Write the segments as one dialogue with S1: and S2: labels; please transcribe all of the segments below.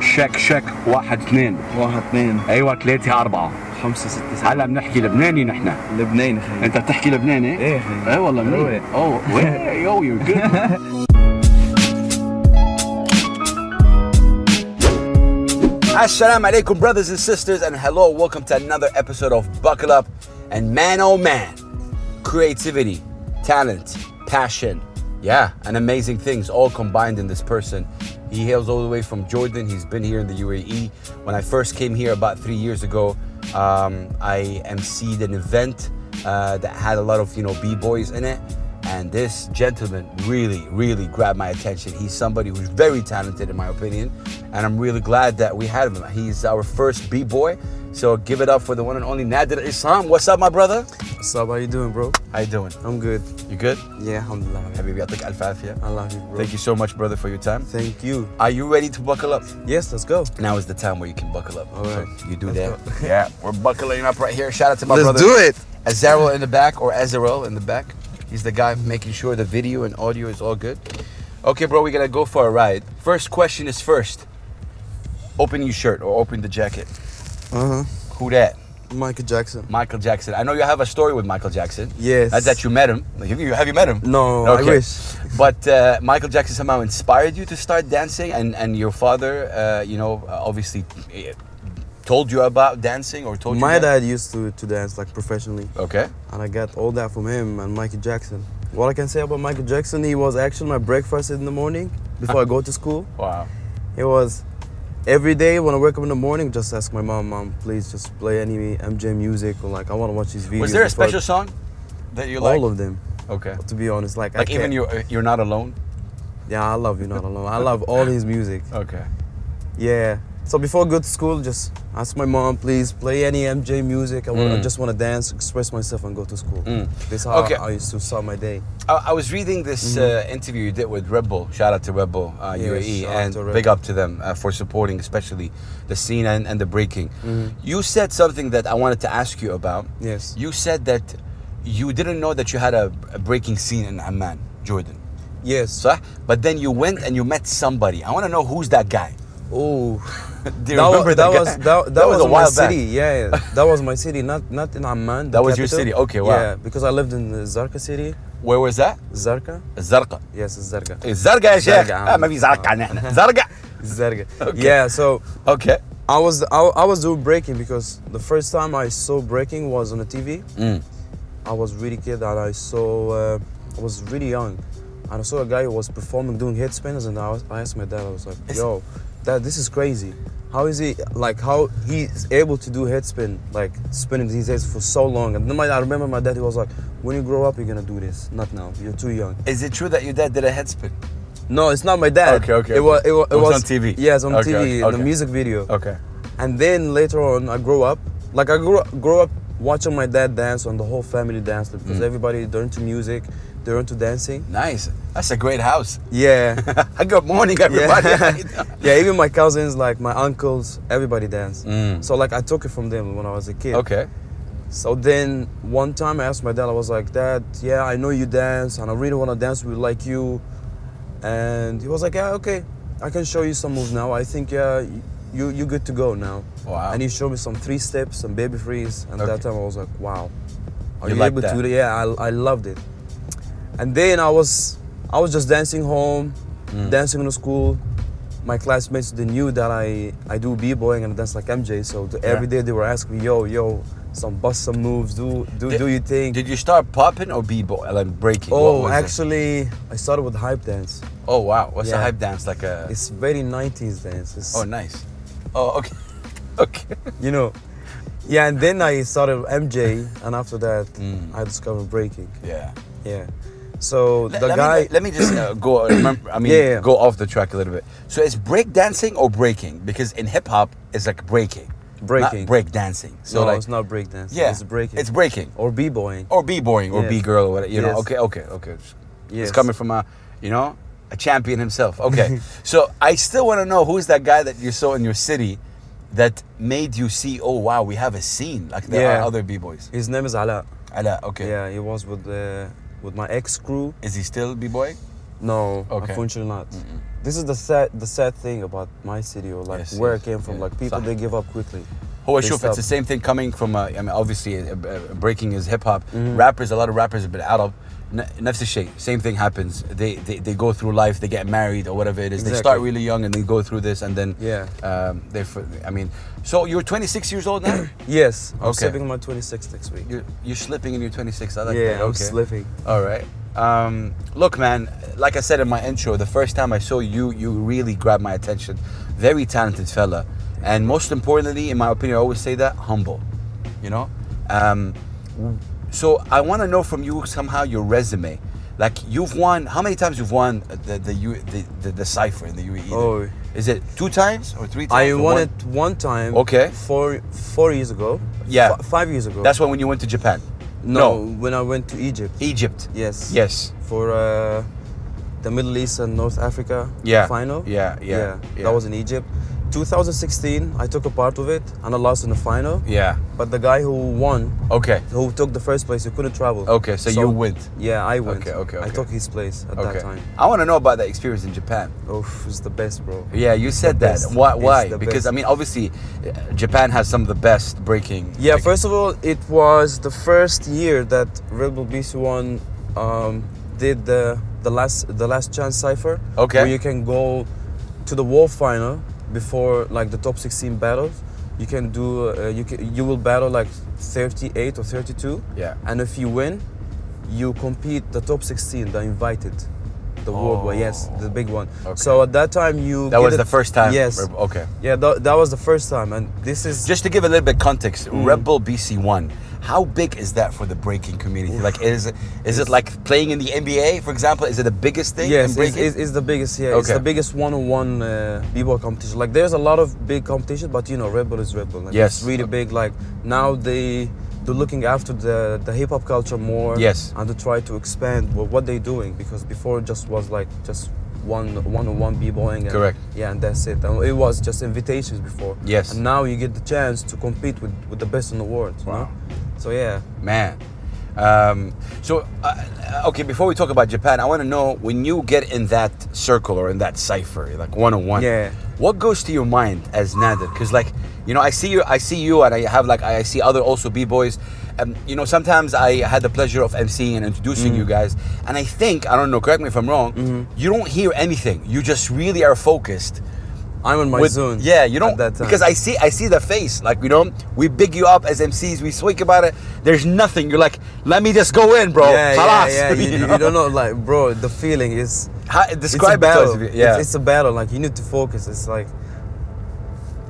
S1: شك شك واحد اثنين
S2: واحد اثنين
S1: ايوه ثلاثة أربعة
S2: خمسة ستة سبعة
S1: هلا بنحكي لبناني نحن
S2: لبناني خيي
S1: أنت بتحكي لبناني؟
S3: إيه.
S2: ايه خيي
S1: ايه والله
S2: روي.
S1: منيح اوه وي- يو يو جود
S3: Assalamu alaikum, brothers and sisters, and hello. Welcome to another episode of Buckle Up. And man, oh man, creativity, talent, passion, yeah, and amazing things all combined in this person. He hails all the way from Jordan. He's been here in the UAE. When I first came here about three years ago, um, I emceed an event uh, that had a lot of you know b-boys in it and this gentleman really, really grabbed my attention. He's somebody who's very talented, in my opinion, and I'm really glad that we had him. He's our first B boy, so give it up for the one and only Nadir Islam. What's up, my brother?
S2: What's up? How you doing, bro?
S3: How you doing?
S2: I'm good.
S3: You good?
S2: Yeah, alhamdulillah. man.
S3: Habibi, atik alf
S2: I
S3: afia.
S2: love you, bro.
S3: Thank you so much, brother, for your time.
S2: Thank you.
S3: Are you ready to buckle up?
S2: Yes, let's go.
S3: Now is the time where you can buckle up.
S2: All right.
S3: So you do
S2: Let's
S3: that. yeah, we're buckling up right here. Shout out to my brother.
S2: Let's do it.
S3: Azarel in the back or Azarel in the back. He's the guy making sure the video and audio is all good. Okay, bro, we're gonna go for a ride. First question is first. Open your shirt or open the jacket.
S2: Uh huh.
S3: Who that?
S2: Michael Jackson.
S3: Michael Jackson. I know you have a story with Michael Jackson.
S2: Yes.
S3: That's that you met him. Have you, have you met him?
S2: No, I wish.
S3: But uh, Michael Jackson somehow inspired you to start dancing, and, and your father, uh, you know, uh, obviously eh, told you about dancing or told
S2: My
S3: you. that-
S2: dad used to, to dance like professionally,
S3: Okay.
S2: and I got all that from him and Michael Jackson. What I can say about Michael Jackson, he was actually my breakfast in the morning before I go to school.
S3: Wow.
S2: It was every day when I wake up in the morning, just ask my mom, Mom, please just play any MJ music or like I want to watch these videos.
S3: Was there a
S2: before I-"
S3: special song that you like?
S2: All of them,
S3: Okay.
S2: to be honest. Like, I
S3: Like even
S2: can't-
S3: you, you're not alone.
S2: Yeah, I love You Not Alone. I love all his music.
S3: Okay.
S2: Yeah. So before I go to school, just ask my mom, please play any MJ music. I, wa- I just want to dance, express myself, and go to school. This is how
S3: Mm. Okay.
S2: I used to start my day.
S3: I, I was reading this uh, interview you did with Red Bull. Shout out to Red Bull uh,
S2: Mm-hmm. Yes,
S3: UAE
S2: shout out
S3: and
S2: to Red
S3: big
S2: Bull.
S3: up to them uh, for supporting, especially the scene and, and the breaking.
S2: Mm-hmm.
S3: You said something that I wanted to ask you about.
S2: Yes.
S3: You said that you didn't know that you had a, a breaking scene in Amman, Jordan.
S2: Yes.
S3: صح? But then you went and you met somebody. I want to know who's that guy.
S2: oh.
S3: Do you
S2: That
S3: remember
S2: was that,
S3: guy?
S2: was that, that, was, my city. Yeah, yeah. that was my city. Not not in Amman. the
S3: That was your
S2: capital.
S3: city. Okay, wow.
S2: Yeah, because I lived in uh, Zarqa city.
S3: Where was that?
S2: Zarqa.
S3: الزرقاء
S2: Yes, it's Zarqa. Ah,
S3: الزرقاء يا شيخ
S2: زرقاء عم.
S3: آه ما في زرقاء نحن زرقاء
S2: Zarqa.
S3: Okay.
S2: Yeah. So
S3: اوكي
S2: I was I, I was doing breaking because the first time I saw breaking was on the TV.
S3: Mm.
S2: I was really kid and I saw uh, I was really young and I saw a guy who was performing doing head spinners and I, was, I asked my dad I was like
S3: Is-
S2: yo dad this is crazy how is he like how he's able to do head spin like spinning these heads for so long and then my, I remember my dad he was like when you grow up you're gonna do this not now you're too young
S3: Is it true that your dad did a head spin?
S2: no it's not my dad
S3: Okay, okay,
S2: it was
S3: okay.
S2: it was,
S3: It was on TV.
S2: yes on
S3: Okay,
S2: TV
S3: okay,
S2: in
S3: okay.
S2: the music video
S3: Okay.
S2: and then later on, I grew up. Like I grew grew up watching my dad dance, and the whole family danced because
S3: Mm.
S2: everybody they're into music, they're into dancing.
S3: Nice. That's a great house.
S2: Yeah,
S3: Good morning, everybody.
S2: yeah, yeah. Even my cousins, like my uncles, everybody danced.
S3: Mm.
S2: So like I took it from them when I was a kid.
S3: okay.
S2: So then one time I asked my dad, I was like, Dad, yeah, I know you dance and I really want to dance with like you. And he was like, Yeah, okay, I can show you some moves now. I think yeah, y- you you good to go now.
S3: Wow.
S2: And he showed me some three steps, some baby freeze, and
S3: Okay.
S2: that time I was like, Wow. Are
S3: You
S2: you,
S3: like
S2: able
S3: that?
S2: to do Yeah, I, I loved it. And then I was I was just dancing home,
S3: Mm.
S2: dancing in the school. My classmates they knew that I I do b-boying and I dance like MJ. So th- every day they were asking me, yo, yo, some bust some moves, do do
S3: Did-
S2: do your thing.
S3: Did you start popping or b-boy, like breaking? What
S2: oh,
S3: was it?
S2: actually, I started with hype dance.
S3: Oh, wow. What's a
S2: Yeah.
S3: hype dance? Like uh, a...
S2: It's very 90s dance. It's,
S3: Oh, nice. Oh, okay. Okay.
S2: you know, yeah. And then I started MJ, and after that,
S3: Mm.
S2: I discovered breaking.
S3: Yeah.
S2: Yeah. So
S3: Let,
S2: the
S3: let
S2: guy.
S3: me, let me just uh, go. Remember, I mean,
S2: Yeah, yeah.
S3: go off the track a little bit. So it's break dancing or breaking? Because in hip hop, it's like breaking,
S2: Breaking.
S3: not break dancing. So
S2: no,
S3: like,
S2: it's not breakdance.
S3: yeah,
S2: it's breaking.
S3: It's breaking.
S2: or b-boying.
S3: or b-boying or
S2: Yeah.
S3: b-girl or whatever you know
S2: Yes.
S3: okay okay okay it's
S2: Yes.
S3: coming from a you know a champion himself okay so i still want to know who's that guy that you saw in your city that made you see oh wow we have a scene like there
S2: Yeah.
S3: are other b-boys
S2: His name is Ala.
S3: Ala, okay
S2: Yeah, he was with uh, with my ex crew.
S3: is he still b-boying
S2: No,
S3: Okay.
S2: unfortunately not. This is the sad, the sad thing about my city or like
S3: Yes,
S2: where
S3: yes,
S2: I came from.
S3: yeah.
S2: Like people,
S3: صح.
S2: they give up quickly.
S3: هو
S2: They
S3: شوف it's
S2: stop.
S3: the same thing coming from uh, I mean obviously uh, uh, breaking is hip hop
S2: Mm-hmm.
S3: rappers a lot of rappers have been Arab ن- نفس الشيء same thing happens they, they they go through life they get married or whatever it is they start
S2: Exactly.
S3: really young and they go through this and then
S2: Yeah.
S3: um, they f- I mean so you're 26 years old now
S2: Yes, I'm
S3: Okay.
S2: slipping on my 26 next week.
S3: you're you're slipping in your 26 I like
S2: yeah,
S3: that
S2: I'm
S3: okay
S2: slipping.
S3: all right um, look man like I said in my intro the first time I saw you you really grabbed my attention very talented fella and most importantly in my opinion I always say that humble you know um, so I want to know from you somehow your resume like you've won how many times you've won the the U, the, the, the cipher in the UAE
S2: Oh.
S3: is it two times or three times
S2: I
S3: or
S2: won
S3: one?
S2: it one time.
S3: Okay.
S2: Four four years ago.
S3: Yeah.
S2: Fi- five years ago.
S3: that's E- when when you went to Japan
S2: no, when I went to Egypt.
S3: Egypt
S2: Yes.
S3: yes
S2: For uh, the Middle East and North Africa
S3: Yeah,
S2: final.
S3: yeah, yeah, yeah.
S2: That was in Egypt. 2016, I took a part of it and I lost in the final.
S3: yeah
S2: But the guy who won,
S3: okay
S2: who took the first place, he couldn't travel.
S3: Okay, so you went.
S2: Yeah, I went.
S3: Okay, okay,
S2: I
S3: okay.
S2: took his place at that time.
S3: I want to know about that experience in Japan.
S2: Oof, it's the best, bro.
S3: Yeah, you said that.
S2: best.
S3: Why?
S2: It's
S3: Why?
S2: the
S3: Because
S2: best.
S3: I mean, obviously, uh, Japan has some of the best breaking.
S2: Yeah,
S3: like-
S2: first of all, it was the first year that Red Bull BC1 um, did the the last the last chance cipher.
S3: Okay.
S2: Where you can go to the world final before like the top 16 battles. You can do uh, you can, you will battle like 38 or 32.
S3: Yeah.
S2: And if you win, you compete the top 16, the invited. The world one, yes, the big one.
S3: Oh. Okay.
S2: So at that time you
S3: That
S2: get
S3: was
S2: it-
S3: the first time.
S2: Yes.
S3: Red- okay.
S2: Yeah, tha- that was the first time, and this is
S3: Just to give a little bit context,
S2: Mm.
S3: Red Bull BC One. How big is that for the breaking community? Like, is it is it like playing in the NBA, for example? Is it the biggest thing?
S2: Yes,
S3: in
S2: it's,
S3: breaking?
S2: it's, it's the biggest. Yeah, it's
S3: Okay.
S2: the biggest one-on-one uh, b-boy competition. Like there's a lot of big competition, but you know, Red Bull is Red Bull. Like,
S3: Yes.
S2: it's really big. Like now they they're looking after the the hip hop culture more.
S3: Yes.
S2: and to try to expand what, what they're doing because before it just was like just one one-on-one b-boying. And,
S3: Correct.
S2: Yeah, and that's it. And it was just invitations before.
S3: Yes.
S2: and now you get the chance to compete with with the best in the world. you know?
S3: Wow.
S2: So yeah.
S3: man. Um, so, uh, okay, before we talk about Japan, I want to know when you get in that circle or in that cipher, like one on one.
S2: Yeah.
S3: What goes to your mind as Nadir? Because like, you know, I see you, I see you, and I have like, I see other also b boys. Um, you know, sometimes I had the pleasure of emceeing and introducing you guys, and I think I don't know. Correct me if I'm wrong. You don't hear anything. You just really are focused.
S2: I'm in my
S3: with-
S2: zone.
S3: Yeah, you don't
S2: at that time.
S3: because I see I see the face. Like you know, we big you up as MCs. We speak about it. There's nothing. You're like, let me just go in, bro.
S2: Yeah, yeah,
S3: Khalas,"
S2: yeah. You, you,
S3: know?
S2: don't know, like, bro, the feeling is.
S3: How, describe it
S2: it's a
S3: to us
S2: battle.
S3: if you-
S2: It's-
S3: Yeah.
S2: it's, a battle. Like you need to focus. It's like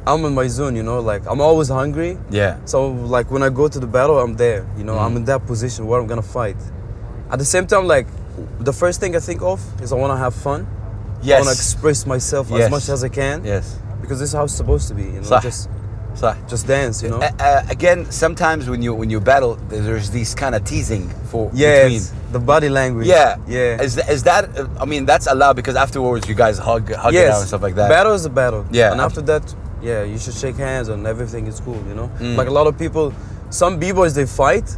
S2: I'm in my zone, you know. Like I'm always hungry.
S3: yeah. Mm-hmm.
S2: So like when I go to the battle, I'm there. You know, I'm in that position where I'm gonna fight. At the same time, like the first thing I think of is I want to have fun. I want to
S3: Yes.
S2: express myself
S3: Yes.
S2: as much as I can.
S3: Yes.
S2: Because this is how it's supposed to be. You know,
S3: صح.
S2: just
S3: صح.
S2: just dance. You know.
S3: Uh, uh, again, sometimes when you when you battle, there's these kind of teasing for
S2: yes.
S3: between.
S2: The body language.
S3: Yeah.
S2: Yeah.
S3: Is, is that? I mean, that's allowed because afterwards you guys hug, hug it out and stuff like that.
S2: Battle is a battle.
S3: Yeah.
S2: And after that, yeah, you should shake hands and everything is cool, you know?
S3: Mm.
S2: Like a lot of people, some B-boys they fight.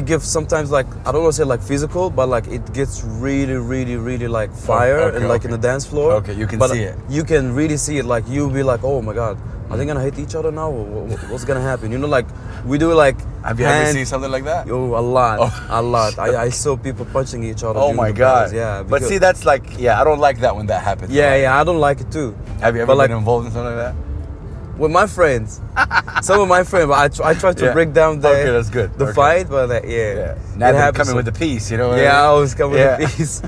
S2: It gives sometimes like I don't want to say like physical, but like it gets really, really, really like fire
S3: Oh, okay,
S2: and like
S3: okay.
S2: in the dance floor.
S3: Okay, you can
S2: But
S3: see it. Mm.
S2: You can really see it. Like you'll be like, oh my god, are they gonna hit each other now? Or wha- wha- What's gonna happen? You know, like we do like.
S3: Have you ever
S2: hand-
S3: seen something like that?
S2: Oh, a lot,
S3: Oh,
S2: a lot. I, I saw people punching each other.
S3: Oh
S2: during
S3: my
S2: the battles,
S3: god!
S2: Yeah,
S3: but
S2: because-
S3: see, that's like, yeah, I don't like that when that happens.
S2: yeah, yeah. I don't like it too.
S3: Have you ever
S2: But, like,
S3: been involved in something like that?
S2: with my friends. Some of my friends, but I, tr- I try to
S3: Yeah.
S2: break down the
S3: Okay, that's good.
S2: the
S3: Okay.
S2: fight, but uh, yeah,
S3: Yeah.
S2: it
S3: Now they're
S2: happens.
S3: coming with the piece, you know. what I
S2: yeah, I
S3: mean?
S2: always come with
S3: Yeah.
S2: the peace.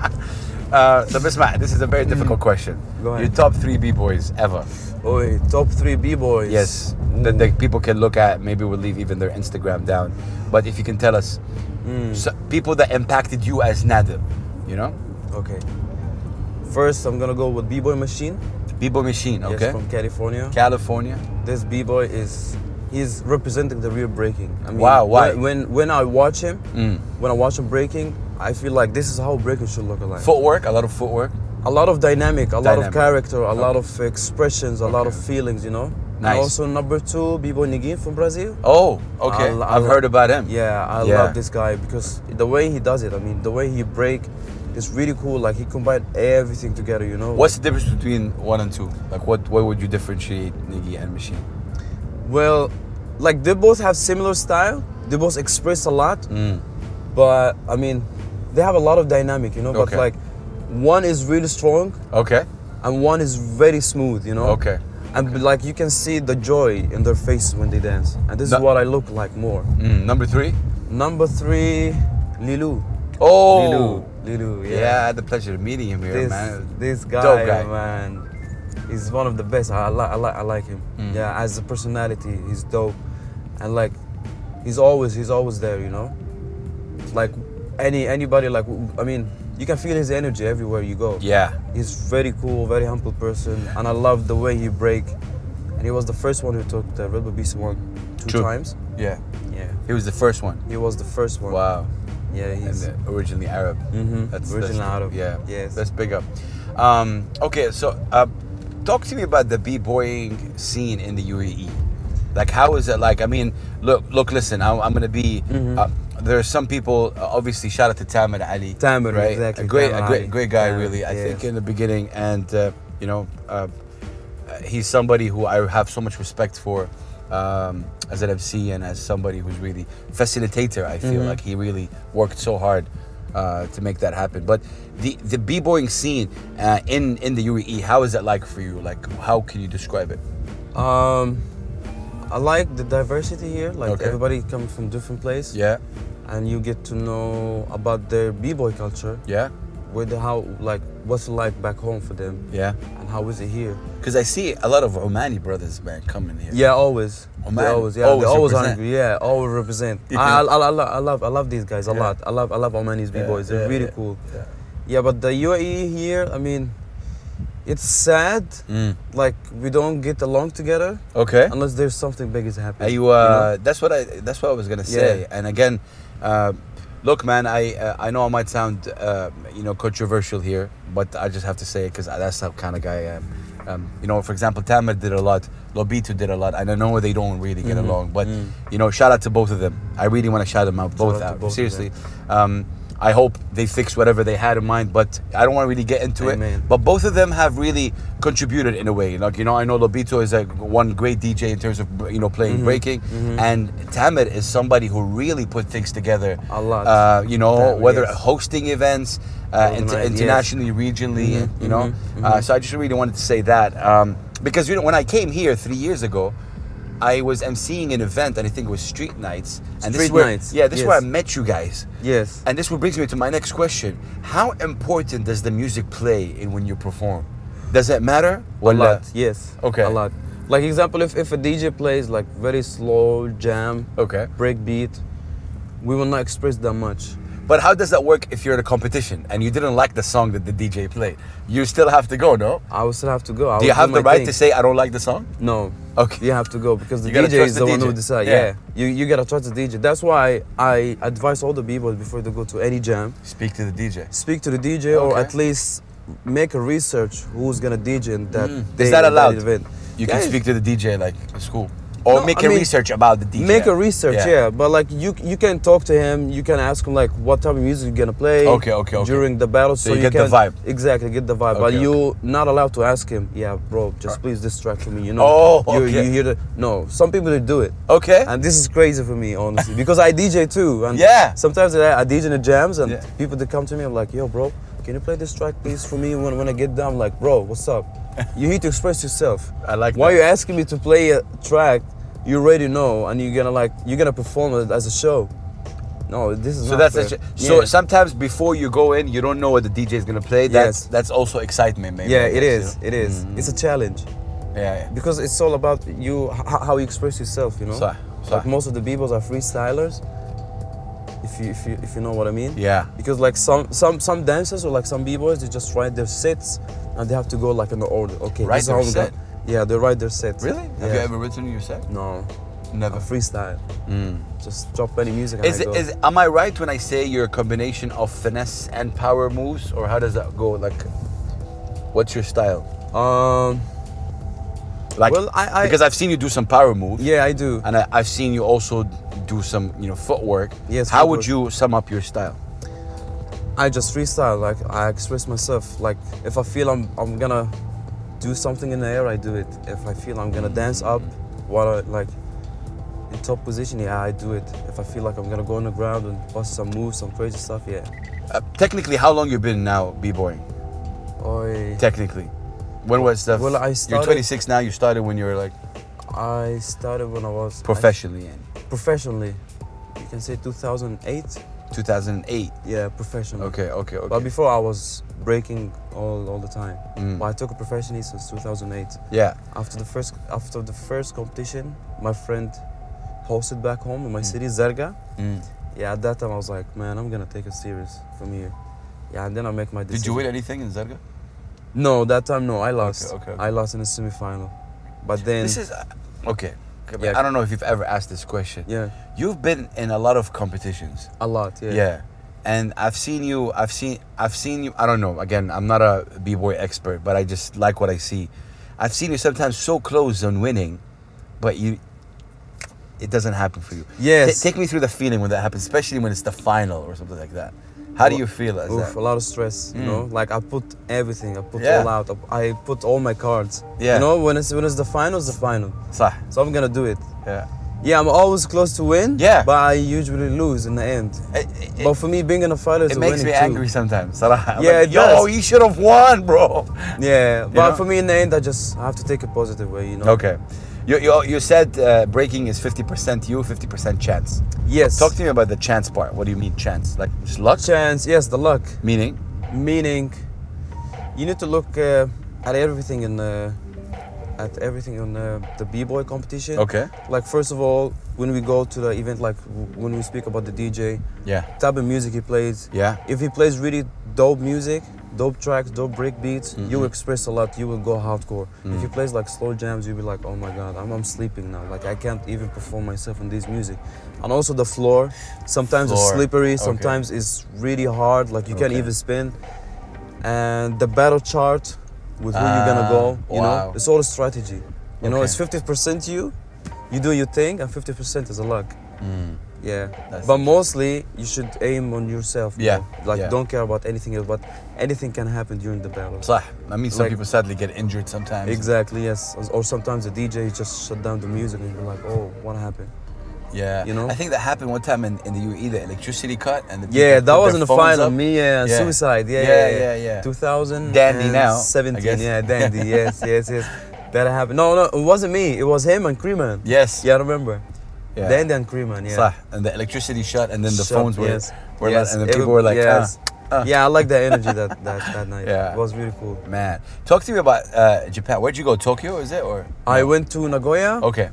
S3: Uh, so, Miss Matt, this is a very difficult question.
S2: Mm-hmm. Go ahead.
S3: Your top three b boys ever?
S2: Oi, top three b boys.
S3: Yes, that,
S2: Mm.
S3: that people can look at. Maybe we'll leave even their Instagram down. But if you can tell us,
S2: Mm.
S3: so- people that impacted you as Nadir, you know,
S2: Okay. First, I'm gonna go with b boy machine.
S3: b boy machine.
S2: Yes,
S3: Okay,
S2: from California.
S3: California.
S2: this b boy is he's representing the real breaking. I mean,
S3: Wow, why? Mm.
S2: When when, when I watch him, when I watch him breaking, I feel like this is how breaking should look like.
S3: Footwork, a lot of footwork.
S2: a lot of dynamic, a lot
S3: Dynamic.
S2: of character, a lot of expressions, a lot of feelings, you know.
S3: Nice.
S2: And also number two, Bibo Niguin from Brazil.
S3: Oh, okay.
S2: I lo- I
S3: I've
S2: lo-
S3: heard about him.
S2: Yeah, I
S3: Yeah.
S2: love this guy because the way he does it. I mean, the way he break, It's really cool. Like he combined everything together, you know.
S3: What's the difference between one and two? Like, what what would you differentiate Niggy and Machine?
S2: Well, like they both have similar style. They both express a lot, but I mean, they have a lot of dynamic, you know.
S3: Okay.
S2: But like, one is really strong
S3: Okay.
S2: and one is very smooth, you know.
S3: Okay.
S2: And like you can see the joy in their faces when they dance, and this
S3: No-
S2: is what I look like more.
S3: Mm, number three.
S2: Number three, Lilu.
S3: Oh.
S2: Lilu, Lilu,
S3: Yeah. I had the pleasure of meeting him here,
S2: this,
S3: man.
S2: This guy,
S3: Dope guy.
S2: man, he's one of the best. I, like, I like, I like him.
S3: Mm.
S2: Yeah, as a personality, he's dope, and like, he's always, he's always there. You know, like any anybody, like I mean, you can feel his energy everywhere you go.
S3: Yeah.
S2: he's very cool, very humble person, and I love the way he break. And he was the first one who took the Red Bull BC one two
S3: True.
S2: times.
S3: Yeah.
S2: Yeah,
S3: He was the first one.
S2: he was the first one.
S3: Wow.
S2: Yeah,
S3: And
S2: he's.
S3: uh, originally Arab.
S2: Mhm. Originally Arab.
S3: Yeah.
S2: Yes.
S3: That's big up. Um, okay, so uh, talk to me about the b-boying scene in the UAE. Like, how is it like? I mean, look, look, listen. I'm, I'm gonna be.
S2: Mm-hmm.
S3: Uh, there are some people. Uh, obviously, shout out to Tamir Ali.
S2: Tamir,
S3: right?
S2: exactly,
S3: A great,
S2: Tamir
S3: a great,
S2: Ali.
S3: great guy.
S2: Tamir,
S3: really, I
S2: yeah.
S3: think in the beginning, and uh, you know, uh, uh, he's somebody who I have so much respect for um, as an MC and as somebody who's really facilitator. I feel
S2: Mm-hmm.
S3: like he really worked so hard uh, to make that happen. But the the b-boying scene uh, in in the UAE, how is that like for you? Like, how can you describe it?
S2: Um, I like the diversity here. Like
S3: Okay.
S2: everybody comes from different place.
S3: Yeah,
S2: And you get to know about their b-boy culture.
S3: yeah,
S2: Where the how like what's life back home for them.
S3: yeah.
S2: And how is it here?
S3: Because I see a lot of Omani brothers, man, coming here.
S2: Yeah, always.
S3: Oh,
S2: They
S3: man.
S2: always, yeah,
S3: Always
S2: they always
S3: represent.
S2: hungry. Yeah, always represent.
S3: Yeah.
S2: I, I, I, love, I love, I love these guys a
S3: Yeah.
S2: lot. I love, I love Omani's
S3: Yeah,
S2: b-boys.
S3: yeah,
S2: They're really
S3: yeah,
S2: cool.
S3: yeah.
S2: Yeah, but the UAE here, I mean, it's sad.
S3: Mm.
S2: Like we don't get along together
S3: Okay.
S2: unless there's something big is happening.
S3: Are you,
S2: you
S3: uh,
S2: know?
S3: that's what I that's what I was gonna say.
S2: Yeah.
S3: And again, uh, look, man, I uh, I know I might sound uh, you know controversial here, but I just have to say it because that's the kind of guy I am. Um, you know, for example, Tamer did a lot, Lobito did a lot, and I know they don't really get
S2: Mm-hmm.
S3: along. But you know, shout out to both of them. I really want to shout them out, both
S2: out to
S3: out.
S2: both of them.
S3: Seriously, um, I hope they fix whatever they had in mind. But I don't want to really get into it.
S2: Amen.
S3: But both of them have really contributed in a way. Like you know, I know Lobito is like one great DJ in terms of you know playing
S2: Mm-hmm.
S3: breaking, and Tamir is somebody who really put things together
S2: A lot.
S3: Uh, you know,
S2: Tamir,
S3: whether
S2: yes.
S3: hosting events uh, inter-
S2: Organized, yes. Mm-hmm.
S3: internationally, regionally, you know. Uh, so I just really wanted to say that um, because you know when I came here three years ago. I was emceeing an event, and I think it was Street Nights. And this is
S2: Street
S3: where,
S2: Nights,
S3: yeah, this is where I
S2: yes.
S3: met you guys.
S2: Yes.
S3: And this will brings me to my next question. How important does the music play in when you perform? Does it matter? uh,
S2: a
S3: ولا-
S2: lot. Yes.
S3: Okay.
S2: A lot. Like example, if, if a DJ plays like very slow jam,
S3: Okay.
S2: break beat, we will not express that much.
S3: But how does that work if you're at a competition and you didn't like the song that the DJ played? You still have to go, no?
S2: I will still have to go. I
S3: Do
S2: will
S3: you have
S2: my
S3: the right
S2: thing.
S3: to say I don't like the song?
S2: No.
S3: Okay.
S2: You have to go because the
S3: You gotta
S2: DJ
S3: trust
S2: is
S3: the
S2: the, one
S3: DJ.
S2: who decide.
S3: Yeah.
S2: Yeah. You you gotta trust the DJ. That's why I advise all the people before they go to any jam,
S3: Speak to the DJ.
S2: speak to the DJ or
S3: Okay.
S2: at least make a research who's gonna DJ in that day
S3: Mm. Hmm. Is that
S2: or
S3: allowed?
S2: event.
S3: You can
S2: Yeah,
S3: speak to the DJ like in school. Or
S2: No,
S3: make
S2: I
S3: a
S2: mean,
S3: research about the DJ.
S2: Make a research, yeah. But like you, you can talk to him. You can ask him like what type of music you're gonna play.
S3: Okay, okay, okay.
S2: During the battle, so,
S3: you get the
S2: can-
S3: vibe.
S2: Exactly, get the vibe. but
S3: Okay,
S2: you not allowed to ask him. Yeah, bro, just please distract me. You know.
S3: Oh,
S2: You,
S3: okay.
S2: you hear the no? Some people they do it.
S3: Okay.
S2: And this is crazy for me, honestly, because I DJ too. And
S3: Yeah.
S2: Sometimes I, I DJ in the jams, and
S3: Yeah.
S2: people that come to me, I'm like, yo, bro, can you play this track, please, for me when, when I get down? I'm like, bro, what's up? You need to express yourself.
S3: I like
S2: Why
S3: that.
S2: you asking me to play a track you already know, and you're gonna like you're gonna perform it as a show. No, this is
S3: So
S2: not
S3: that's
S2: fair.
S3: such a- so
S2: yeah.
S3: sometimes before you go in, you don't know what the DJ is gonna play. That's
S2: Yes.
S3: that's also excitement, maybe.
S2: yeah,
S3: I
S2: it
S3: guess,
S2: is.
S3: you
S2: It is. It's
S3: mm.
S2: a challenge.
S3: know? Yeah, yeah.
S2: because it's all about you h- how you express yourself you know
S3: صح، صح.
S2: like most of the b-boys are freestylers if you if you if you know what i mean
S3: Yeah.
S2: because like some some some dancers or like some b-boys they just write their sets and they have to go like in the order okay
S3: Write
S2: this is how
S3: their
S2: I'm gonna-
S3: set?
S2: yeah they write their sets
S3: Really?
S2: yeah.
S3: Have you ever written your set?
S2: no
S3: Never. Mm.
S2: freestyle just drop any music and
S3: Is,
S2: I go.
S3: it, is am I right when I say you're a combination of finesse and power moves, or how does that go? Like, what's your style?
S2: um
S3: Like,
S2: Well, I- I-
S3: because I've seen you do some power moves,
S2: yeah i do
S3: and I, I've seen you also do some, you know, footwork.
S2: Yes,
S3: How would
S2: footwork.
S3: you sum up your style?
S2: I just freestyle. Like I express myself. Like if I feel I'm I'm gonna do something in the air, I do it. If I feel I'm gonna dance up, while I, like in top position, yeah, I do it. If I feel like I'm gonna go on the ground and bust some moves, some crazy stuff, yeah.
S3: Uh, technically, how long you been now b-boying?
S2: Oi.
S3: Technically, when was the?
S2: Well, I
S3: You're
S2: started-
S3: 26 now. You started when you were like
S2: I started when I was
S3: professionally in
S2: professionally. You can say 2008.
S3: 2008.
S2: Yeah, professionally.
S3: Okay, okay, okay.
S2: But before I was breaking all, all the time.
S3: Mm.
S2: But I took it professionally since 2008.
S3: yeah,
S2: After the first after the first competition, my friend hosted back home in my
S3: Hmm.
S2: city, Zerga.
S3: Mm.
S2: Yeah, at that time I was like, man, I'm gonna take it serious from here. Yeah, and then I make my decision.
S3: Did you win anything in Zarga?
S2: No, that time no, I lost.
S3: okay, okay.
S2: I lost in the semifinal. But then
S3: This is uh, okay.
S2: Yeah.
S3: I don't know if you've ever asked this question.
S2: yeah,
S3: You've been in a lot of competitions.
S2: a lot. Yeah.
S3: Yeah. And I've seen you. I've seen. I've seen you. I don't know. Again, I'm not a b-boy expert, but I just like what I see. I've seen you sometimes so close on winning, but you. It doesn't happen for you.
S2: Yes.
S3: Ta- take me through the feeling when that happens, especially when it's the final or something like that. How do you feel as
S2: Oof, a
S3: that?
S2: lot of stress, you know. Like I put everything, I put
S3: Hmm. Yeah.
S2: all out, I I put all my cards.
S3: Yeah.
S2: You know, when it's when it's the finals, the final.
S3: Sah.
S2: So I'm gonna do it.
S3: Yeah.
S2: Yeah, I'm always close to win.
S3: Yeah.
S2: But I usually lose in the end.
S3: It, it-
S2: but for me, being in a final is
S3: it
S2: a
S3: makes
S2: winning
S3: me
S2: too.
S3: angry sometimes. Salah. I'm
S2: Yeah,
S3: like,
S2: it
S3: yo,
S2: does.
S3: you should have won, bro.
S2: Yeah, but
S3: know?
S2: for me, in the end, I just I have to take it positive way, you know.
S3: Okay. You, you, you said uh, breaking is 50% you, 50% chance.
S2: Yes.
S3: Talk to me about the chance part. What do you mean chance? Like just luck?
S2: Chance, yes, the luck.
S3: Meaning?
S2: meaning you need to look uh, at everything in uh, at everything on uh, the b-boy competition
S3: Okay.
S2: like first of all when we go to the event like w- when we speak about the dj
S3: Yeah.
S2: type of music he plays
S3: Yeah.
S2: if he plays really dope music dope tracks dope break beats
S3: Mm-hmm.
S2: you express a lot you will go hardcore if
S3: Mm.
S2: he plays like slow jams you'll be like oh my god I'm, I'm sleeping now like i can't even perform myself in this music and also the floor sometimes
S3: Floor.
S2: it's slippery
S3: Okay.
S2: sometimes it's really hard like you can't
S3: Okay.
S2: even spin and the battle chart with who you're
S3: Ah,
S2: gonna go you
S3: wow.
S2: know it's all a strategy you know
S3: Okay.
S2: it's 50% you you do your thing and 50% is a luck Mm. yeah,
S3: That's
S2: but
S3: interesting.
S2: mostly you should aim on yourself.
S3: Yeah,
S2: more. like
S3: yeah.
S2: don't care about anything else. But anything can happen during the battle.
S3: Sah. I mean, some
S2: Like-
S3: people sadly get injured sometimes.
S2: Exactly. Yes. Or sometimes the DJ just shut down the music and you're like, oh, what happened?
S3: Yeah.
S2: You know?
S3: I think that happened one time in, in the UAE, the electricity cut. and the people
S2: Yeah,
S3: put
S2: that
S3: their
S2: was in the
S3: phones
S2: final.
S3: up.
S2: Me and
S3: Yeah.
S2: Suicide. Yeah,
S3: Yeah,
S2: yeah,
S3: yeah, yeah.
S2: 2000.
S3: Dandy now, I
S2: 17.
S3: guess.
S2: Yeah, Dandy. yes, yes, yes. That happened. No, no, it wasn't me. It was him and Creeman.
S3: Yes.
S2: Yeah, I remember.
S3: Yeah.
S2: Dandy and Creeman. Yeah.
S3: Sah. And the electricity shut, and then the
S2: Shut-
S3: phones were,
S2: yes.
S3: were
S2: Yes,
S3: and
S2: it
S3: the people
S2: w-
S3: were like,
S2: yes.
S3: ah.
S2: Yeah, I like the energy that, that, that night.
S3: Yeah.
S2: It was really cool.
S3: Man, talk to me about uh, Japan. Where'd you go? Tokyo, is it or?
S2: I went to Nagoya.
S3: Okay.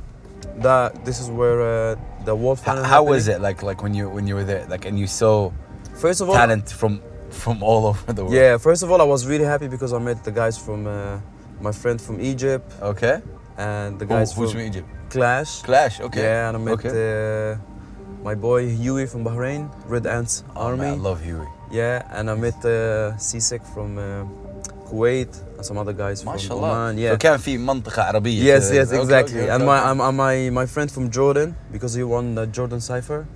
S2: That this is where uh, the world final.
S3: Oh. H- how was it like like when you when you were there like and you saw
S2: First of all,
S3: talent from from all over the world?
S2: yeah. First of all, I was really happy because I met the guys from uh, my friend from Egypt
S3: Okay.
S2: and the
S3: Who,
S2: guys
S3: who's Oh, from
S2: from
S3: Egypt?
S2: Clash.
S3: Clash. Okay.
S2: Yeah, and I met
S3: okay.
S2: uh, my boy Huey from Bahrain, Red Ants
S3: Oh, man,
S2: Army.
S3: I love Huey.
S2: yeah, and I met uh, Sisek from uh, Kuwait and some other guys from
S3: MashaAllah.
S2: Oman. Yeah.
S3: So كان في منطقة عربية.
S2: Yes,
S3: كده.
S2: yes,
S3: Okay,
S2: exactly.
S3: okay,
S2: And
S3: okay.
S2: my, I'm, I'm my, my friend from Jordan because he won the Jordan Cipher,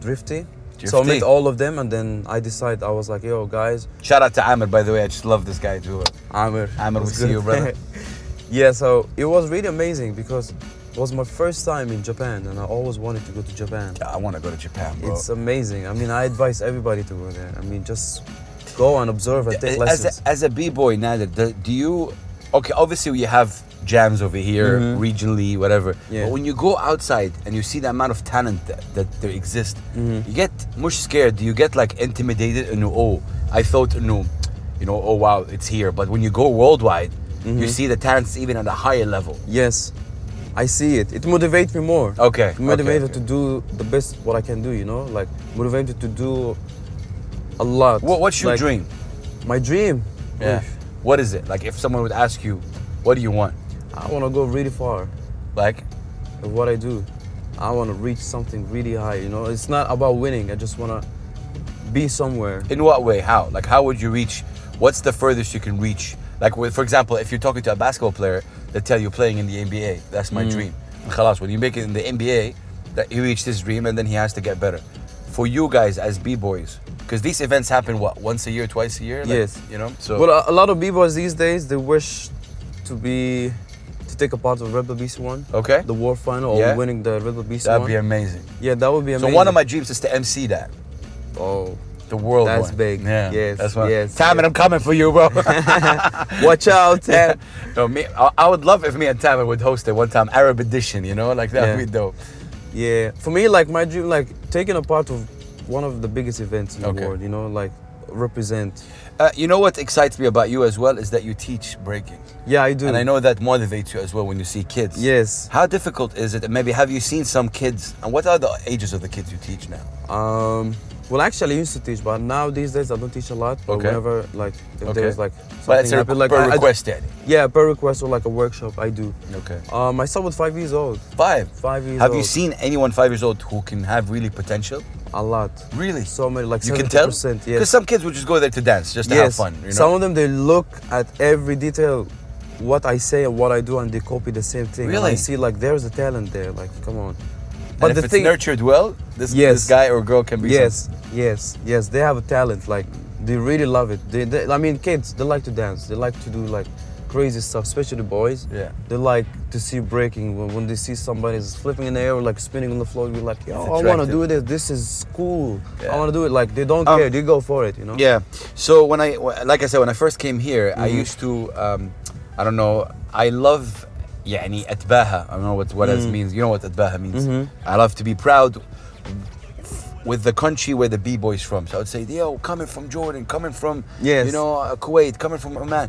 S2: Drifty. So I
S3: Drifty.
S2: met all of them, and then I decided I was like, "Yo, guys,
S3: Shout out to Amir, by the way. I just love this guy too.
S2: Amir,
S3: Amir, we
S2: what's
S3: see you,
S2: good?"
S3: brother.
S2: yeah, so it was really amazing because it was my first time in Japan, and I always wanted to go to Japan.
S3: I want to go to Japan, bro.
S2: It's amazing. I mean, I advise everybody to go there. I mean, just go and observe and take
S3: as
S2: lessons.
S3: a, as a b-boy Nader, do, do you okay obviously we have jams over here regionally whatever
S2: Mm-hmm. Yeah.
S3: but when you go outside and you see the amount of talent that, that there exists
S2: Mm-hmm.
S3: you get much scared do you get like intimidated and oh i thought no you know oh wow it's here but when you go worldwide
S2: Mm-hmm.
S3: you see the talents even at a higher level
S2: Yes, I see it. It motivates me more.
S3: Okay,
S2: It motivates
S3: okay, okay.
S2: me to do the best what I can do. You know, like motivates me to do a lot.
S3: what, what's your
S2: Like,
S3: dream
S2: My dream.
S3: yeah
S2: Oof.
S3: what is it like if someone would ask you what do you want
S2: I want to go really far
S3: like
S2: in what I do. I want to reach something really high. You know, it's not about winning. I just want to be somewhere.
S3: In what way? How? Like, how would you reach? What's the furthest you can reach? Like, with, for example, if you're talking to a basketball player, they tell you playing in the NBA. That's
S2: Mm.
S3: my dream. And khalas, when you make it in the NBA, that he reached his dream, and then he has to get better. For you guys as b boys, Because these events happen what once a year, twice a year. Like,
S2: Yes.
S3: You know. So
S2: Well, a, a lot of b-boys these days they wish to be to take a part of Red Bull BC One,
S3: okay.
S2: the War Final, or
S3: Yeah.
S2: winning the Red Bull BC
S3: That'd
S2: One.
S3: be amazing.
S2: yeah, that would be
S3: So
S2: amazing.
S3: one of my dreams is to MC that.
S2: oh,
S3: The world
S2: That's
S3: one.
S2: big.
S3: Yeah.
S2: Yes,
S3: That's one.
S2: yes,
S3: Tam, and
S2: yes.
S3: I'm coming for you, bro.
S2: watch out, Tam.
S3: no, me. I, I would love if me and Tam would host it one time, Arab edition. You know, like that would
S2: Yeah.
S3: be dope.
S2: Yeah, for me, like my dream, like taking a part of one of the biggest events in
S3: Okay.
S2: the world. You know, like represent.
S3: Uh, you know what excites me about you as well is that you teach breaking,
S2: Yeah, I do.
S3: and I know that motivates you as well when you see kids.
S2: Yes.
S3: How difficult is it? And maybe have you seen some kids? And what are the ages of the kids you teach now?
S2: Um. Well, actually, I used to teach, but now these days I don't teach a lot. But
S3: Okay.
S2: whenever, like, if there's like something
S3: but it's a
S2: happen, like
S3: per
S2: I- I-
S3: request, Daddy.
S2: yeah, per request or like a workshop, I do.
S3: Okay.
S2: Um, I started with five years old.
S3: Five.
S2: Five years
S3: Have you
S2: old.
S3: seen anyone five years old who can have really potential?
S2: A lot.
S3: Really?
S2: So many, like
S3: you
S2: 70%.
S3: can tell.
S2: Yes.
S3: some kids would just go there to dance, just to have
S2: yes.
S3: fun. You know?
S2: Some of them they look at every detail, what I say and what I do, and they copy the same thing. And I
S3: Really?
S2: see like there's a talent there. Like come on.
S3: but if it's nurtured well, this, this
S2: Yes.
S3: guy or girl can be. some-
S2: yes, yes, yes, they have a talent. Like they really love it. They, they, I mean, kids they like to dance. They like to do like crazy stuff, especially the boys.
S3: Yeah.
S2: They like to see breaking when, when they see somebody is flipping in the air or like spinning on the floor. You're like, yo, I want to
S3: attractive.
S2: do this. This is cool.
S3: Yeah.
S2: I want to do it. Like they don't
S3: Um,
S2: care. They go for it. You know. Mm-hmm.
S3: Yeah. So when I, wh- like I said, when I first came here, I used to, um, I don't know, I love, يعني أتباهى. I don't know what what
S2: Mm.
S3: it means. You know what أتباهى means.
S2: Mm-hmm.
S3: I love to be proud with the country where the b boys from. So I would say, yo, coming from Jordan, coming from,
S2: Yes.
S3: you know, uh, Kuwait, coming from Oman.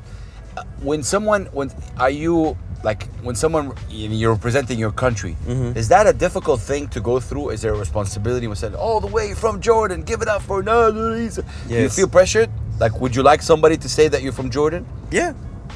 S3: Uh, When someone, when are you like when someone you- you're representing your country?
S2: Mm-hmm.
S3: Is that a difficult thing to go through? Is there a responsibility? We said all the way from Jordan, give it up for no reason. Do you
S2: Yes.
S3: feel pressured? Like, would you like somebody to say that you're from Jordan?
S2: Yeah.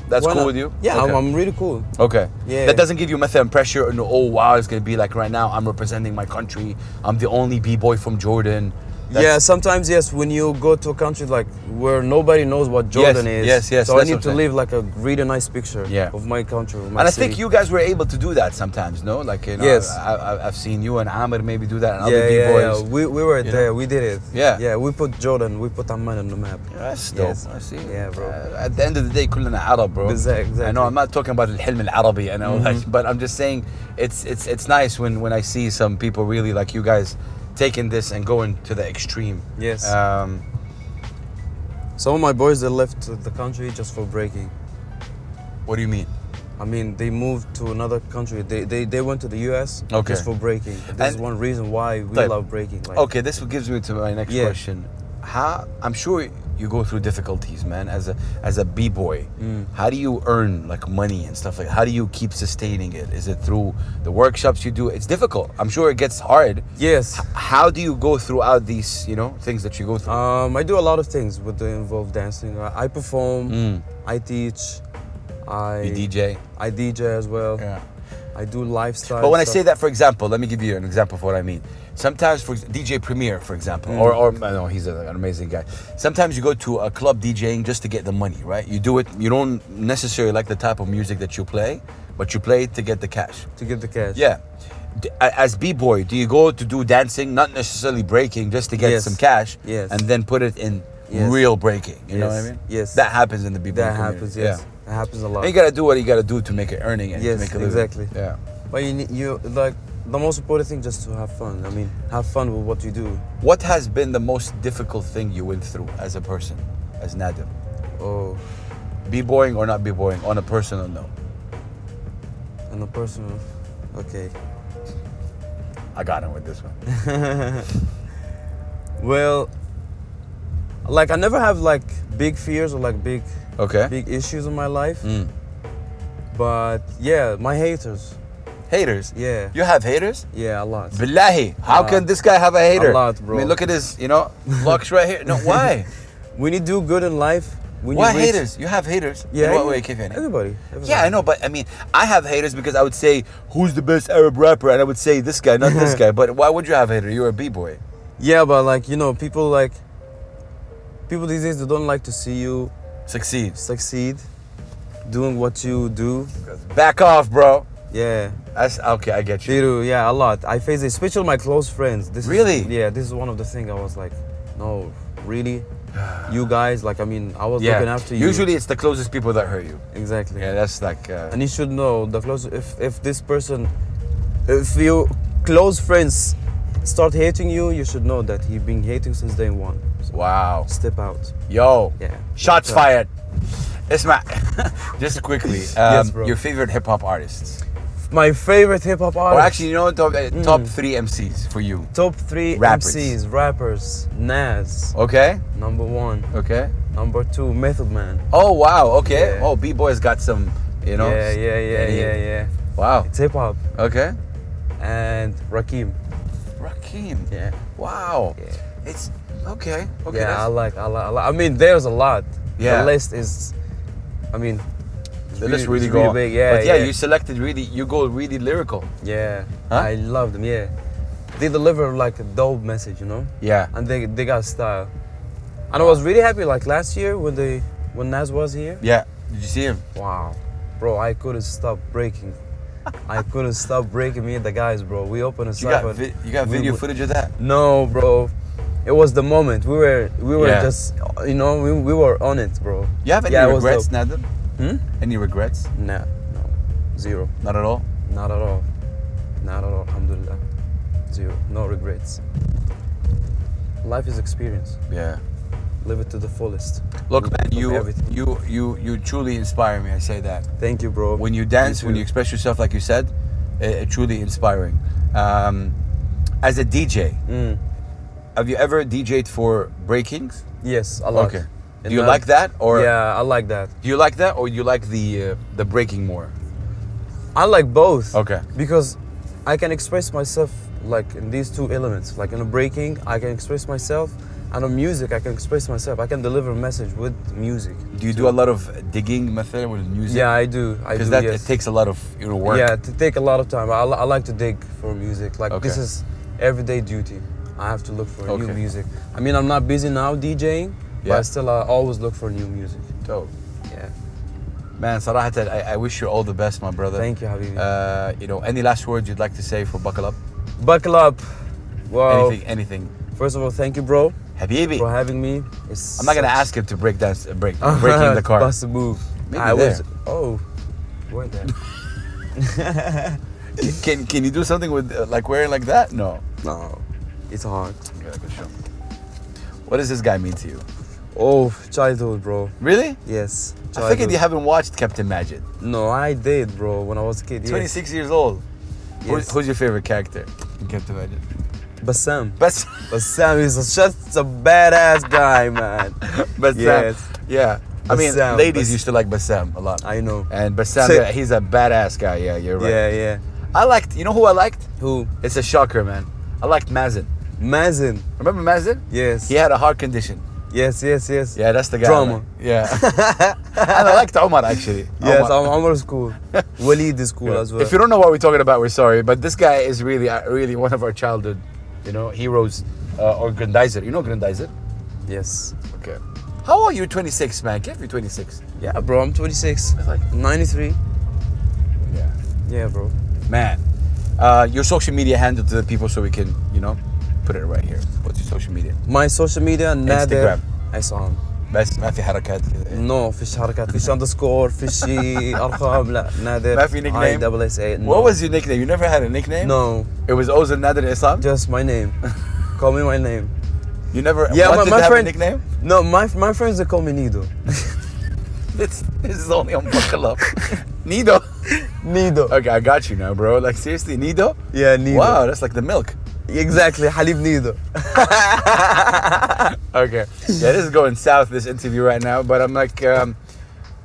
S3: That's
S2: Why
S3: cool
S2: not?
S3: with you.
S2: Yeah,
S3: Okay.
S2: I'm, I'm really cool.
S3: Okay.
S2: Yeah.
S3: That doesn't give you method pressure or no, oh wow, it's gonna be like right now I'm representing my country. I'm the only B boy from Jordan. That's-
S2: yeah, sometimes yes, when you go to a country like where nobody knows what Jordan is,
S3: yes, yes,
S2: so I
S3: that's
S2: need
S3: what
S2: to
S3: I'm saying.
S2: leave like a really nice picture
S3: Yeah.
S2: of my country. Of my
S3: And I think
S2: city.
S3: you guys were able to do that sometimes, no? Like, you know,
S2: Yes.
S3: I, I, I've seen you and Amr maybe do that and
S2: yeah,
S3: other
S2: yeah, yeah.
S3: B-boys.
S2: We, we were
S3: you
S2: there.
S3: know?
S2: We did it.
S3: Yeah.
S2: Yeah. We put Jordan. We put Amman on the map.
S3: That's dope.
S2: Yes.
S3: I see.
S2: Yeah, bro.
S3: Uh, at the end of the day, كلنا عرب, bro. I
S2: Exact-
S3: know
S2: exactly. Mm-hmm.
S3: I'm not talking about الحلم العربي, I know, like, but I'm just saying it's it's it's nice when when I see some people really like you guys taking this and going to the extreme.
S2: Yes.
S3: Um,
S2: Some of my boys they left the country just for breaking.
S3: what do you mean?
S2: I mean, they moved to another country. They they, they went to the U.S.
S3: Okay.
S2: just for breaking. This is
S3: And-
S2: one reason why we
S3: Type.
S2: love breaking. Like,
S3: Okay, this gives me to my next
S2: Yeah.
S3: question. How I'm sure you go through difficulties, man. As a as a b boy,
S2: Mm.
S3: how do you earn like money and stuff like? How do you keep sustaining it? Is it through the workshops you do? It's difficult. I'm sure it gets hard.
S2: Yes.
S3: How do you go throughout these, you know, things that you go through?
S2: Um, I do a lot of things with the involved dancing. I, I perform. I teach. I
S3: Mm. you DJ.
S2: I DJ as well. I do lifestyle.
S3: But when I
S2: stuff.
S3: say that, for example, let me give you an example of what I mean. Sometimes, for ex- DJ Premier, for example, or, or I know he's a- an amazing guy. Sometimes you go to a club DJing just to get the money, right? You do it. You don't necessarily like the type of music that you play, but you play it to get the cash.
S2: to get the cash.
S3: Yeah. D- a- As b boy, do you go to do dancing, not necessarily breaking, just to get
S2: Yes.
S3: some cash,
S2: Yes.
S3: and then put it in
S2: Yes.
S3: real breaking? You know what I
S2: Yes.
S3: mean?
S2: Yes.
S3: That happens in the b boy.
S2: that happens. Yes, it happens a lot.
S3: And you gotta do what you gotta do to make it earning and to
S2: Yes,
S3: make a living.
S2: exactly.
S3: Yeah.
S2: But you need, you like the most important thing just to have fun. I mean, have fun with what you do.
S3: What has been the most difficult thing you went through as a person, as Nadim?
S2: Oh,
S3: Be boying or not be boying on a personal note?
S2: and the personal. Okay.
S3: I got him with this one.
S2: Well, like I never have like big fears or like big
S3: Okay.
S2: big issues in my life.
S3: Mm.
S2: But yeah, my haters.
S3: Haters.
S2: Yeah.
S3: You have haters?
S2: Yeah, a lot.
S3: Billahi. How
S2: lot.
S3: can this guy have a hater?
S2: lot, bro.
S3: I mean, look at his, you know, locks right here. No, why?
S2: When you do good in life, when
S3: why
S2: you reach,
S3: haters? You have haters.
S2: Yeah,
S3: In what
S2: every-
S3: way, Kevin?
S2: Everybody, everybody.
S3: Yeah, I know, but I mean, I have haters because I would say, who's the best Arab rapper? And I would say, this guy, not this guy. But why would you have a hater? You're a b-boy.
S2: Yeah, but like you know, people like people these days they don't like to see you
S3: Succeed.
S2: succeed doing what you do.
S3: Back off, bro.
S2: Yeah,
S3: That's, okay, I get you.
S2: they do. Yeah, a lot. I face it, especially my close friends. This
S3: Really?
S2: Is, yeah, this is one of the things I was like, no, really, you guys, like I mean, I was looking after you.
S3: Usually it's the closest people that hurt you.
S2: exactly.
S3: Yeah, that's like. Uh,
S2: and you should know the close if if this person if your close friends start hating you you should know that he been hating since day one so
S3: wow.
S2: step out
S3: Yo.
S2: Yeah.
S3: Shots
S2: That's
S3: fired. Isma, just quickly, um,
S2: Yes, bro.
S3: your favorite hip hop artists.
S2: my favorite hip-hop
S3: Or
S2: artist
S3: actually, you know, top, uh, top
S2: Hmm.
S3: three MCs for you.
S2: top three
S3: Rappers.
S2: mcs rappers nas
S3: Okay?
S2: number one
S3: Okay.
S2: number two method man
S3: Oh, wow. Okay.
S2: Yeah.
S3: Oh, B Boy's got some, you know.
S2: yeah yeah yeah
S3: any-
S2: yeah yeah
S3: Wow.
S2: it's hip-hop
S3: Okay.
S2: and rakim
S3: Rakim.
S2: yeah
S3: Wow.
S2: Yeah.
S3: It's. Okay. Okay.
S2: yeah I
S3: that's-
S2: like, I like i like i mean there's a lot
S3: Yeah.
S2: the list is i mean
S3: the list
S2: really-
S3: really
S2: it's really
S3: go.
S2: big, yeah,
S3: But yeah,
S2: yeah.
S3: you selected really, you go really lyrical.
S2: Yeah,
S3: Huh?
S2: I love them. Yeah, they deliver like a dope message, you know,
S3: Yeah.
S2: and they they got style. And I was really happy like last year when they when Nas was here.
S3: Yeah. Did you see him?
S2: Wow, bro, I couldn't stop breaking. I couldn't stop breaking. Me and the guys, bro, we opened a
S3: You got,
S2: cypher.
S3: vi- you got
S2: We
S3: video
S2: would-
S3: footage of that?
S2: No, bro, it was the moment. We were we were
S3: Yeah.
S2: just you know we, we were on it, bro.
S3: You have any
S2: Yeah, it was
S3: regrets,
S2: dope.
S3: Nadim?
S2: Hmm?
S3: Any regrets?
S2: Nah, no, zero,
S3: Not at all.
S2: not at all, not at all. Alhamdulillah, zero, no regrets. Life is experience.
S3: Yeah.
S2: live it to the fullest.
S3: Look, man, you
S2: everything.
S3: you you you truly inspire me. I say that.
S2: Thank you, bro.
S3: When you dance, when
S2: too.
S3: you express yourself, like you said, it, it truly inspiring. Um, as a DJ,
S2: Mm,
S3: have you ever DJed for breakings?
S2: yes, I like.
S3: Okay.
S2: And
S3: do you like that, or
S2: yeah, I like that.
S3: do you like that, or you like the uh, the breaking more?
S2: I like both.
S3: Okay.
S2: Because I can express myself like in these two elements, like in a breaking, I can express myself, and on music, I can express myself. I can deliver a message with music.
S3: Do you do a lot of digging method with music?
S2: Yeah, I do. I do.
S3: because that
S2: yes.
S3: it takes a lot of you know, work.
S2: Yeah, to take a lot of time. I, li- I like to dig for music. Like this
S3: Okay.
S2: is everyday duty. I have to look for
S3: Okay.
S2: new music. I mean, I'm not busy now DJing,
S3: Yeah.
S2: but still, I always look for new music.
S3: Dope.
S2: Yeah.
S3: Man, Sarahat, I, I wish you all the best, my brother.
S2: Thank you, Habibi.
S3: Uh, you know, any last words you'd like to say for Buckle Up?
S2: Buckle up. Wow.
S3: Anything, anything.
S2: First of all, thank you, bro,
S3: Habibi.
S2: for having me. It's
S3: I'm not gonna
S2: such-
S3: ask him to break dance, uh, break, breaking the car.
S2: Bust a move.
S3: Maybe
S2: I was.
S3: there.
S2: Oh, where there?
S3: Can can you do something with uh, like wearing like that? No.
S2: no, it's hard.
S3: Okay, good show. What does this guy mean to you?
S2: Oh, childhood, bro.
S3: Really?
S2: Yes. Childhood.
S3: I figured you haven't watched Captain Magic.
S2: No, I did, bro. When I was a kid. Yes.
S3: 26 years old. Who's,
S2: Yes.
S3: who's your favorite character in Captain Magic?
S2: Bassam.
S3: Best.
S2: Bassam is such a badass guy, man.
S3: Bassam.
S2: Yes.
S3: Yeah. I mean,
S2: Bassam,
S3: ladies
S2: Bass-
S3: used to like Bassam a lot.
S2: I know.
S3: and Bassam,
S2: Say-
S3: yeah, he's a badass guy. Yeah, you're right.
S2: Yeah, yeah.
S3: I liked. You know who I liked?
S2: Who?
S3: It's a shocker, man. I liked Mazin.
S2: Mazin.
S3: Remember Mazin?
S2: Yes.
S3: He had a heart condition.
S2: Yes, yes, yes.
S3: Yeah, that's the guy.
S2: Drama.
S3: man. Yeah. and I liked Omar actually.
S2: Yes, uh,
S3: Omar.
S2: I'm Omar is cool. Walid is cool
S3: Oh Yeah.
S2: as well.
S3: If you don't know what we're talking about, we're sorry, but this guy is really, uh, really one of our childhood, you know, heroes uh, or Grandizer. You know Grandizer?
S2: yes.
S3: Okay. How old are you? 26, man. Can't be 26.
S2: Yeah, bro, I'm 26.
S3: It's like-
S2: 93.
S3: Yeah.
S2: Yeah, bro.
S3: Man, uh, your social media handle to the people so we can, you know, put it right here. What's your social media?
S2: My social media,
S3: Instagram.
S2: Nader عصام.
S3: بس ما في حركات كده.
S2: No, فيش حركات فيش underscore فيش ارقام لا نادر
S3: ما في
S2: I
S3: nickname?
S2: double S A no.
S3: What was your nickname? You never had a nickname?
S2: No,
S3: It was Ozan Nader Islam?
S2: just my name. Call me my name.
S3: You never
S2: Yeah,
S3: wanted
S2: my, my
S3: to have
S2: friend.
S3: a nickname?
S2: No, my my friends they call me Nido.
S3: This, this is only on Buckle Up. Nido.
S2: Nido.
S3: Okay, I got you now, bro. Like, seriously, Nido?
S2: Yeah, Nido.
S3: Wow, that's like the milk.
S2: Exactly, Halib Nido.
S3: Okay. Yeah, this is going south, this interview right now, but I'm like, um,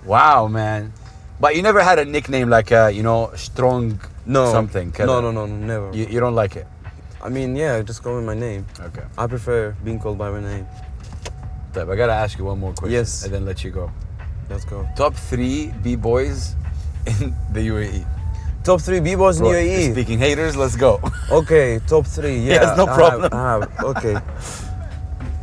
S3: wow, man. But you never had a nickname like, uh, you know, Strong
S2: No.
S3: something. kinda.
S2: No, no, no, no, never.
S3: You, you don't like it?
S2: I mean, yeah, just call me my name.
S3: Okay.
S2: I prefer being called by my name.
S3: But I gotta ask you one more question.
S2: Yes.
S3: And then let you go.
S2: Let's go.
S3: Top three B boys in the E. UAE.
S2: Top three b-boys in
S3: Bro,
S2: UAE.
S3: Speaking haters, let's go.
S2: Okay, top three. Yeah,
S3: Yes, no
S2: I have-
S3: problem.
S2: I have, okay.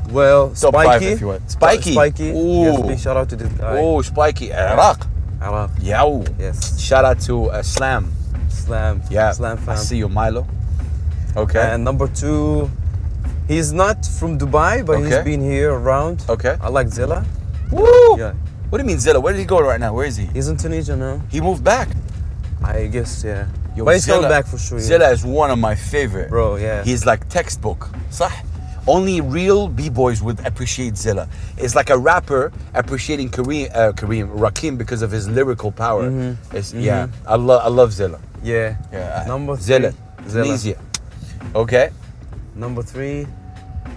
S2: Well,
S3: Top
S2: Spiky.
S3: five if you want. Spiky.
S2: Spiky.
S3: Ooh.
S2: Yes, big shout out to this guy.
S3: oh, Spiky. Iraq.
S2: Araf.
S3: Yow.
S2: Yes.
S3: Shout out to uh, Slam.
S2: Slam.
S3: Yeah.
S2: Slam
S3: I
S2: fam.
S3: see you, Milo. Okay.
S2: And number two, He's not from Dubai, but he's
S3: Okay.
S2: been here around.
S3: Okay.
S2: I like Zilla.
S3: Woo!
S2: Yeah.
S3: What do you mean, Zilla? Where did he go right now? Where is he?
S2: He's in Tunisia now.
S3: He moved back.
S2: I guess, yeah.
S3: Yo,
S2: but he's coming
S3: Zilla-
S2: back for sure. yeah.
S3: Zilla is one of my favorite.
S2: Bro, yeah.
S3: He's like textbook. صح? Only real b-boys would appreciate Zilla. It's like a rapper appreciating Kareem, uh, Kareem Rakim because of his lyrical power. It's, Yeah, I love, I love Zilla.
S2: Yeah.
S3: Yeah, I-
S2: Mm-hmm. Number three.
S3: Zilla,
S2: Zilla.
S3: Tunisia. Okay.
S2: Number three.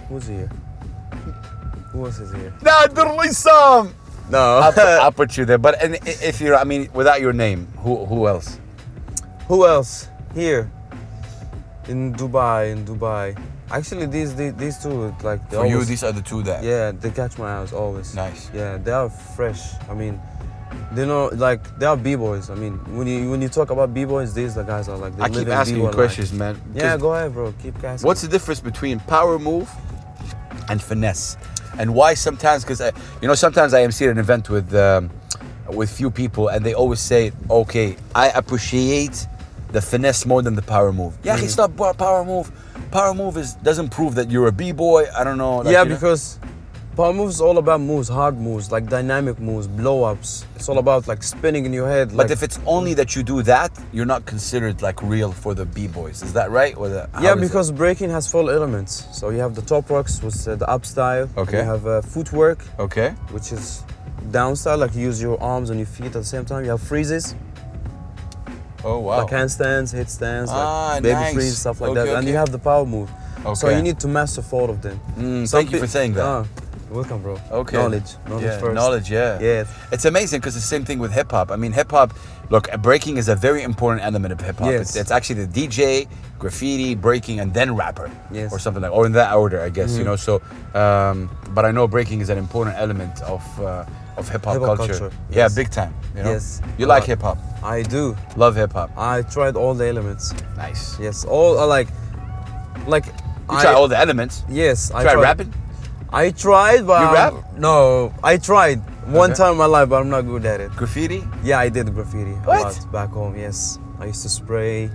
S2: Who's here? Who else is here? Uh,
S3: Nadir Lissam.
S2: No.
S3: I put, I put you there, but and i- if you're, I mean, without your name, who who else?
S2: Who else here? In Dubai, in Dubai. Actually, these these, these two, like they
S3: For you,
S2: always-
S3: these are the two there.
S2: Yeah, they catch my eyes always.
S3: Nice.
S2: Yeah, they are fresh. I mean, they know like they are b boys. I mean, when you when you talk about b boys, these the guys are like. They
S3: I
S2: live
S3: keep
S2: in
S3: asking you
S2: b-boy
S3: questions,
S2: life.
S3: man.
S2: Yeah,
S3: 'cause
S2: go ahead, bro. Keep asking.
S3: What's the difference between power move and finesse, and why sometimes? Because you know, sometimes I am seeing an event with um, with few people, and they always say, "Okay, I appreciate the finesse more than the power move." Yeah, it's not bo- power move. Power move is doesn't prove that you're a b boy. I don't know. like,
S2: yeah,
S3: you know?
S2: because power moves is all about moves, hard moves, like dynamic moves, blow ups. It's all about like spinning in your head.
S3: But
S2: like,
S3: if it's only that you do that, you're not considered like real for the b boys. Is that right? Or the, how
S2: yeah,
S3: is it?
S2: because breaking has four elements. So you have the top rocks, which is uh, the up style.
S3: Okay.
S2: You have uh, footwork,
S3: okay,
S2: which is down style, like you use your arms and your feet at the same time. You have freezes,
S3: oh wow,
S2: like handstands, headstands,
S3: Ah,
S2: like baby
S3: nice.
S2: freeze, stuff like
S3: Okay,
S2: that. And
S3: okay.
S2: you have the power move. So
S3: Okay.
S2: you need to master four of them.
S3: Mm,
S2: Some
S3: thank you
S2: pe-
S3: for saying that.
S2: Ah, welcome, bro.
S3: Okay.
S2: Knowledge. Knowledge
S3: yeah,
S2: first.
S3: Knowledge, yeah.
S2: Yeah.
S3: It's amazing because the same thing with hip hop. I mean, hip hop, look, breaking is a very important element of hip hop.
S2: Yes.
S3: It's, it's actually the DJ, graffiti, breaking, and then rapper.
S2: Yes. Mm.
S3: Or something like Or in that order, I guess, you know. So, um, but I know breaking is an important element of, uh, of hip hop
S2: Hip-hop
S3: culture.
S2: culture,
S3: Yeah,
S2: yes.
S3: big time. You know?
S2: Yes,
S3: You
S2: a
S3: like
S2: lot.
S3: hip hop.
S2: I do.
S3: Love hip hop.
S2: I tried all the elements.
S3: Nice.
S2: Yes, all uh, like, like.
S3: You
S2: I,
S3: try all the elements.
S2: Yes, I
S3: try
S2: tried.
S3: rapping?
S2: I tried, but
S3: You
S2: I'm-
S3: rap?
S2: No, I tried one
S3: Okay.
S2: time in my life, but I'm not good at it.
S3: Graffiti? Do
S2: Yeah, I did graffiti
S3: What?
S2: a lot back home. Yes, I used to spray.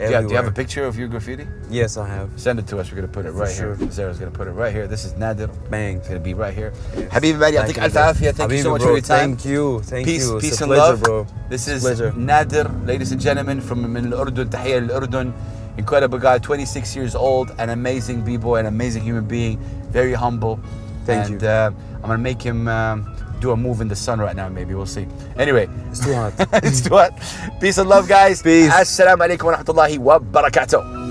S3: you, have, do you have a
S2: everywhere.
S3: picture of your graffiti?
S2: Yes, I have.
S3: Send it to us. We're gonna put it right here.
S2: sure.
S3: Sarah's gonna put it right here. This is Nadir.
S2: Bang.
S3: It's gonna be right here. Habibi Madi, I think
S2: Thank
S3: Alf
S2: you, bro.
S3: Afia. Thank you so
S2: Habibi,
S3: much
S2: bro.
S3: for your time.
S2: Thank you, thank
S3: peace,
S2: you. It's
S3: peace
S2: a
S3: and
S2: pleasure,
S3: love.
S2: bro.
S3: This
S2: It's a
S3: is
S2: pleasure.
S3: Nadir, ladies and gentlemen, from من الأردن. تحية للأردن. Incredible guy, 26 years old, an amazing b-boy, an amazing human being, very humble.
S2: Thank
S3: and,
S2: you.
S3: Uh, I'm gonna make him um, do a move in the sun right now. Maybe we'll see. Anyway,
S2: It's too hot.
S3: it's what. Peace and love, guys.
S2: Peace.
S3: Assalamu alaikum wa rahmatullahi wa barakatuh.